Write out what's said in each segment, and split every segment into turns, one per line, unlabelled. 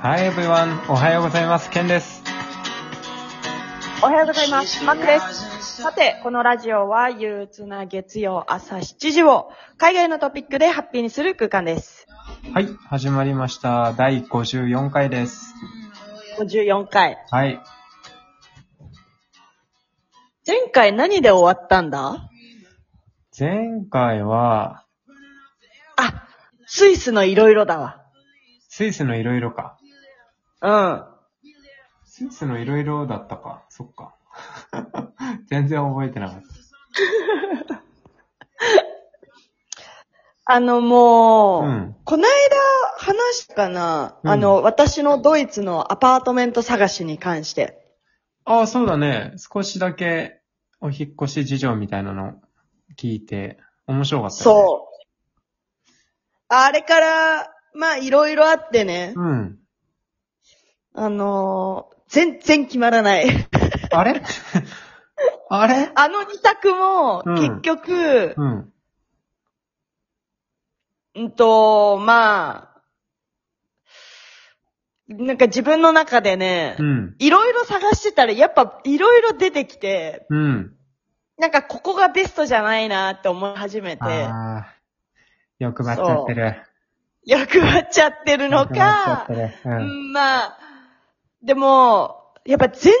Hi everyone! おはようございます。ケンです。
おはようございます。マックです。さて、このラジオは憂鬱な月曜朝7時を海外のトピックでハッピーにする空間です。
はい、始まりました。第54回です。
54回。
はい。
前回何で終わったんだ
前回は、
あ、スイスのいろいろだわ。
スイスのいろいろか。
うん。
スイスのいろいろだったか。そっか。 全然覚えてなかっ
あの
た。
もう、
うん。
こないだ話したかな、
うん
あの、私のドイツのアパートメント探しに関して。
ああ、そうだね。少しだけお引っ越し事情みたいなの聞いて、面白かった、ね。
そう。あれから、まあいろいろあってね。
うん。
あのー、全然決まらない。
あ れあ れ
あの二択も、
うん
結局、
うん。
うんと、まあ、なんか自分の中でね
う、ん。
いろいろ探してたら、やっぱいろいろ出てきて、
うん。
なんかここがベストじゃないなって思い始めて、
ああ。欲張っちゃってる。
欲張っちゃってるの
欲張っ
か
ちゃっ、てる
う
うん
んまあ、でも、やっぱ全然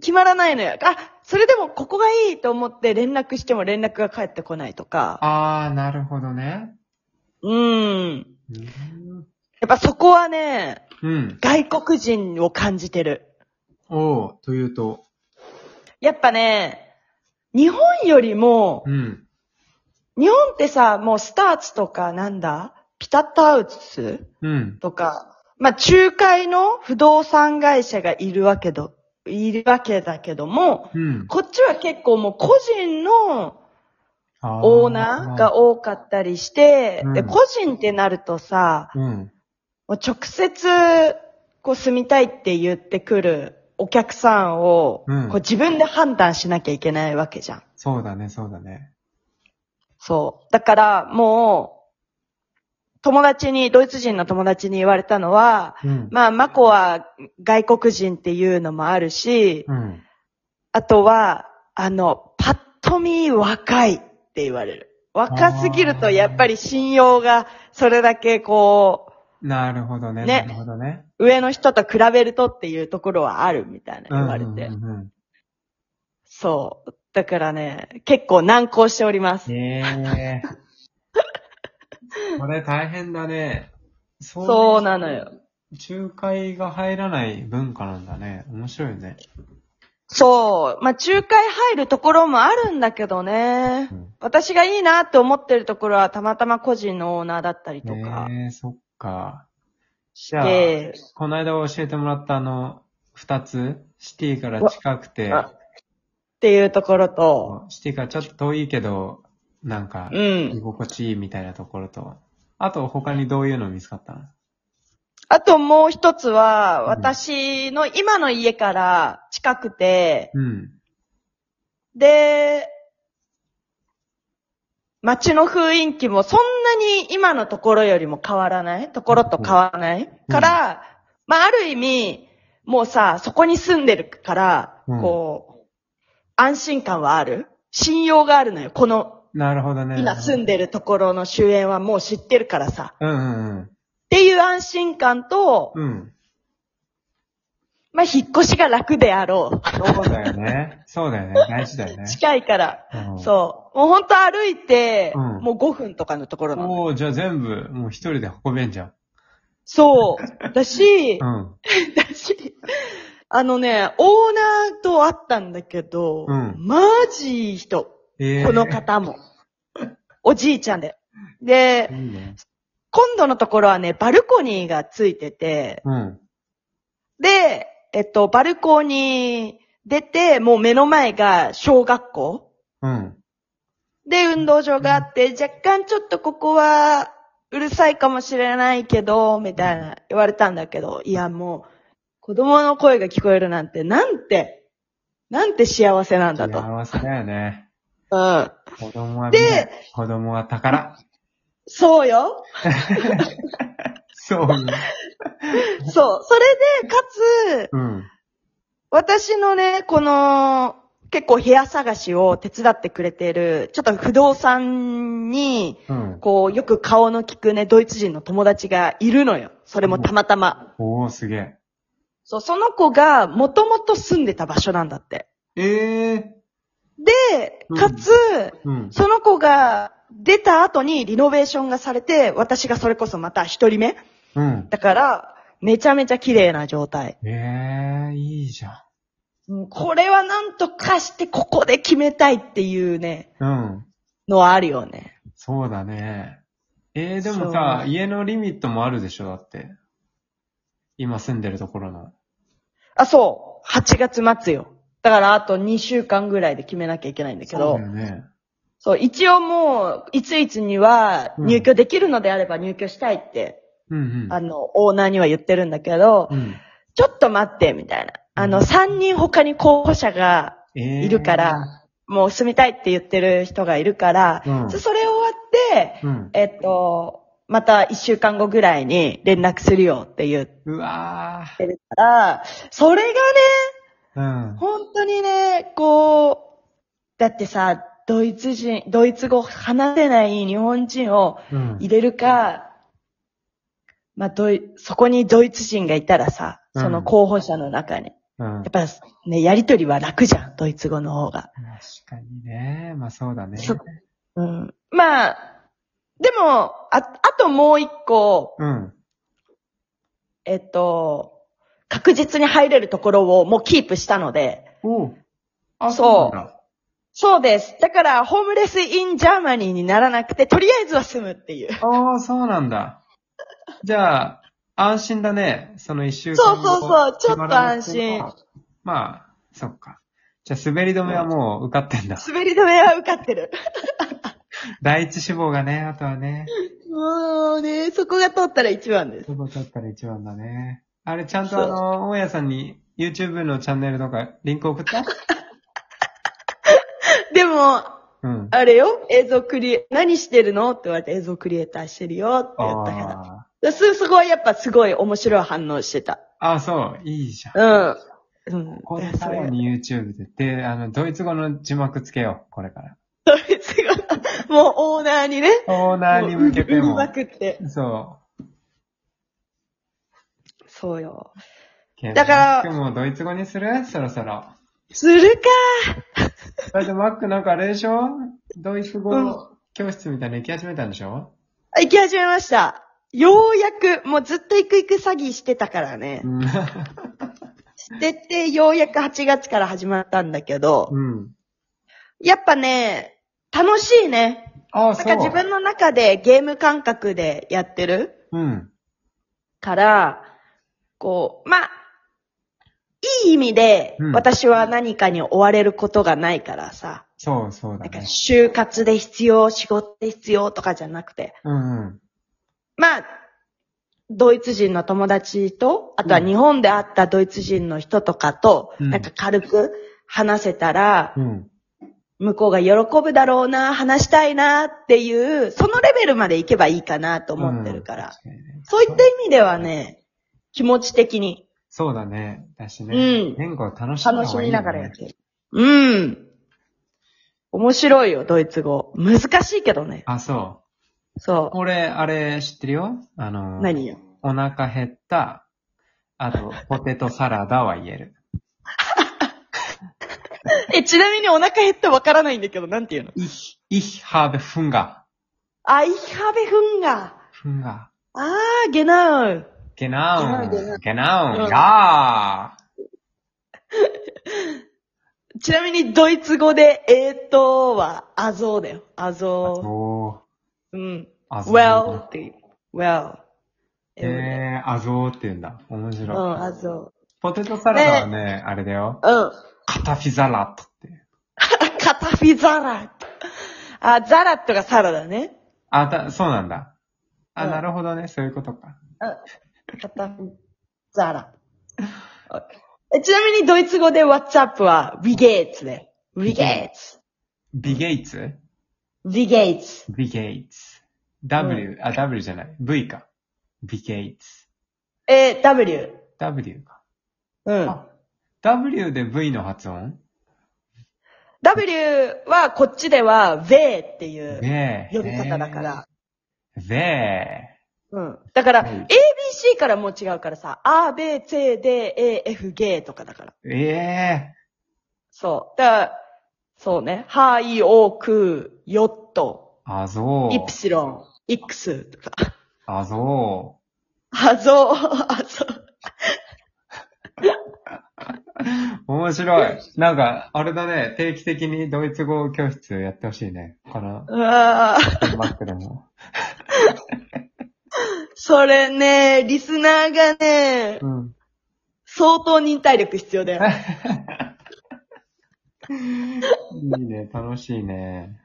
決まらないのよ。あ、それでもここがいいと思って連絡しても連絡が返ってこないとか。
ああ、なるほどね。
うん。
うん。
やっぱそこはね、
うん、
外国人を感じてる。
おう、というと。
やっぱね、日本よりも
う、ん。
日本ってさ、もうスターツとかなんだピタットハウス
うん。
とか、まあ仲介の不動産会社がいるわけど、いるわけだけども、
うん。
こっちは結構もう個人のオーナーが
多
多かったりして
うん、
で、個人ってなるとさ、
うん。
もう直接、こう住みたいって言ってくるお客さんを、
うん
こう自分で判断しなきゃいけないわけじゃん。
そうだね、そうだね。
そう。だから、もう、友達に、ドイツ人の友達に言われたのは、
うん。
まあ、マコは外国人っていうのもあるし、
うん。
あとは、あの、パッと見若いって言われる。若すぎるとやっぱり信用がそれだけこう、
なるほどね。
ね
なるほどね。
上の人と比べるとっていうところはあるみたいな
うん
言われて。
うんうん
そう。だからね、結構難航しております
うん。。ええ これ大変だね。そ
そうなのよ。
仲介が入らない文化なんだね。面白いね。
そう。まあ、仲介入るところもあるんだけどね。
うん
私がいいなって思ってるところはたまたま個人のオーナーだったりとか。
ええそっか。じゃあ、
で、
この間教えてもらったあの、二つ、シティから近くて、
あっていうところと、
シティからちょっと遠いけど、なんか
う、
居
ん。
心地いいみたいなところと、あと他にどういうの見つかったの
あともう一つは、
うん
私の今の家から近くて、
うん。
で、街の雰囲気もそんなに今のところよりも変わらないところと変わらない、から、まあある意味、もうさ、そこに住んでるから、
うん
こう、安心感はある信用があるのよ。この、
なるほどね。
今住んでるところの周辺はもう知ってるからさ。
うんうん
っていう安心感と、
うん。うん。
まあ引っ越しが楽であろ
そうだよね。そうだよね。大事だよね
う。。 近いから。
うん
そう。もうほんと歩いて、
うん
もう5分とかのところなの
おおじゃあ全部、もう一人で運べんじゃん。
そう。だし、
うん。
だし、あのね、オーナーと会ったんだけど、
うん
マジいい人。
ええ
この方も。おじいちゃんで。で、
いいね。
今度のところはね、バルコニーがついてて、
うん。
で、えっと、バルコニー出て、もう目の前が小学校。
うん。
で、運動場があって、若干ちょっとここは、うるさいかもしれないけど、みたいな言われたんだけど、いやもう、子供の声が聞こえるなんて、なんて、なんて幸せなんだと。
幸せだよね。
うん。
子供は、
で、
子供は宝。
そうよ。
そうね。
そう。それで、かつ、
うん。
私のね、この、結構部屋探しを手伝ってくれてる、ちょっと不動産に、
うん。
こう、よく顔の利くね、ドイツ人の友達がいるのよ。それもたまたま。
おー、すげえ。
そう、その子が、もともと住んでた場所なんだって。
ええ
で、かつ、
うん。
その子が出た後にリノベーションがされて、私がそれこそまた一人目。
うん。
だから、めちゃめちゃ綺麗な状態。
ええいいじゃん。
うんこれはなんとかしてここで決めたいっていうね、
うん。
のはあるよね。
そうだね。えー、でもさ、
そう
家のリミットもあるでしょ、だって。今住んでるところの。
あ、そう。8月末よ。だからあと2週間ぐらいで決めなきゃいけないんだけ
そ
ど
うだ。よね。
そう、一応もう、いついつには
うん
入居できるのであれば入居したいって、
うんうん。
あの、オーナーには言ってるんだけど、
うん。
ちょっと待って、みたいな。あの、3人他に候補者が
ええ
いるから、もう住みたいって言ってる人がいるから、
うん
そそれ終わって、
うん。
えっと、また1週間後ぐらいに連絡するよって言っ
うわ
てるから、それがね、
ー。うん。
本当にね、こう、だってさ、ドイツ人、ドイツ語話せない日本人を
うん。
入れるか、まあ、ドイ、そこにドイツ人がいたらさ、
うん
その候補者の中
う
に。
ん
やっぱね、やりとりは楽じゃん、ドイツ語の方が。
確かにね。まあそうだね。
そうん。まあ、でも、あ、あともう一個、
うん。
えっと、確実に入れるところをもうキープしたので、
おうあ、
そう
そうなんだ。
そうです。だから、ホームレスインジャーマニーにならなくて、とりあえずは住むっていう。
ああ、そうなんだ。じゃあ、安心だね。その一週間
そうそうそう
後
ちょっと安心。
決まらなくてもまあ、そっか。じゃあ、滑り止めはもう受かってんだ。
滑り止めは受かってる。
第一志望がね、あとはね、
もうね、そこが通ったら一番です。
志望だったら一番だね。あれ、ちゃんと
そう
あの、大家さんに YouTube のチャンネルとかリンク送った
でも、
うん。
あれよ、映像クリエ、何してるのって言われて映像クリエイターしてるよって言ったから。
あ
だすそこはやっぱすごい面白い反応してた。
あー、そう、いいじゃん。
うん。うん。
ここ
い
で
やそ
さ
れ
らに YouTube で、で、あの、ドイツ語の字幕つけよう、これから。
ドイツ語、もうオーナーにね。
オーナーに向けて
もう売り
も
ま。くって。
そ
そうよ。
う。
だから
でもドイツ語にするそろそろ。
するか
だってマックなんかあれでしょドイツ語
うん
教室みたいなの行き始めたんでしょ
行き始めました。ようやく、もうずっと行く行く詐欺してたからね
う。ん。
してて、ようやく8月から始まったんだけど、
うん。
やっぱね、楽しいね。
ああ、
なん
そう。
か自分の中でゲーム感覚でやってる
うん。
から、こう、まあ、いい意味で
うん、
私は何かに追われることがないからさ、
そう、そうだ
なんか
ね。
就活で必要、仕事で必要とかじゃなくて、
うんうん。
まあ、ドイツ人の友達と、あとは
うん
日本で会ったドイツ人の人とかと、
うん
なんか軽く話せたら、
うん。
向こうが喜ぶだろうな、話したいなっていう、そのレベルまで行けばいいかなと思ってるから。
うん確かにね
そういった意味ではね、気持ち的に
そうだね。だしね。
うん
言語を楽しみ
楽しみながらやってる。うん。面白いよ、ドイツ語。難しいけどね。
あ、そう。
そ
俺、あれ知ってるよあ
う。
の、
何よ。
お腹減った、あと、ポテトサラダは言える。
え、ちなみにお腹減ってわからないんだけど、なんていうの
ich, ich habe Hunger.
あ、ich habe Hunger。
Hunger.
あー、genau。
Genau. Genau.
Genau, うん
Ja.
ちなみにドイツ語で、えーとは、あぞうだよ。あぞ
So.
う。うん。
あぞう
well っていう。well。うん、
えー、あぞうって言うんだ。面白い。
あぞ
ポテトサラダはね、あれだよ。
う。うん。
カタフィザラットって。
カタフィザラット。あ、ザラットがサラダね。
あ、だ、そうなんだ。あ、
うん
なるほどね。そういうことか。
カタフィザラット。えちなみにドイツ語で What's up は We Gates で。We Gates。
ビゲイツ
We Gates。
ビゲイツ。W、あ、W じゃない。V か。 vacates.
えー、W。
W か。
うん
あ。W で V の発音
W は、こっちでは、V っていう
ねえ。
呼び方だから。
えー。ね
うん。だから、
はい
ABC からもう違うからさ、A, B, C, D, E, F, G とかだから。
え。え
そう。だから、そうね。はい、お、く、よっと、
ー。あ、そう。
イプシロン、イクスとか。
あ、そ
あぞ、あぞ。
う。面白い。なんか、あれだね。定期的にドイツ語教室やってほしいね。この、
うわー
バックでも。
それね、リスナーがね、
うん。
相当忍耐力必要だよ。
いいね。楽しいね。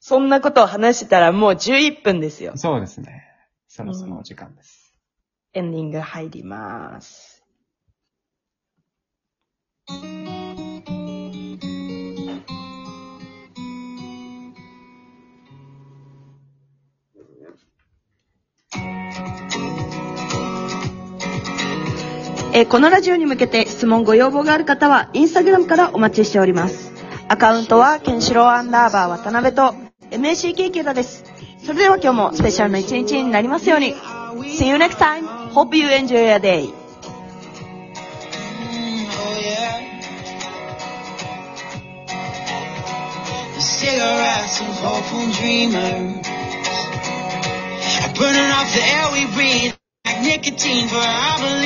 そんなことを話してたらもう11分ですよ。
そうですね。そろそろお時間です。
エンディング入ります。えーこのラジオに向けて質問ご要望がある方は、インスタグラムからお待ちしております。アカウントは、ケンシロウアンダーバー渡辺と、MACK 池田です。それでは今日もスペシャルな一日になりますように。See you next time. Hope you enjoy your day.
Oh yeah. The cigarettes and hopeful dreamers. Burning off the air we breathe like nicotine, but I believe.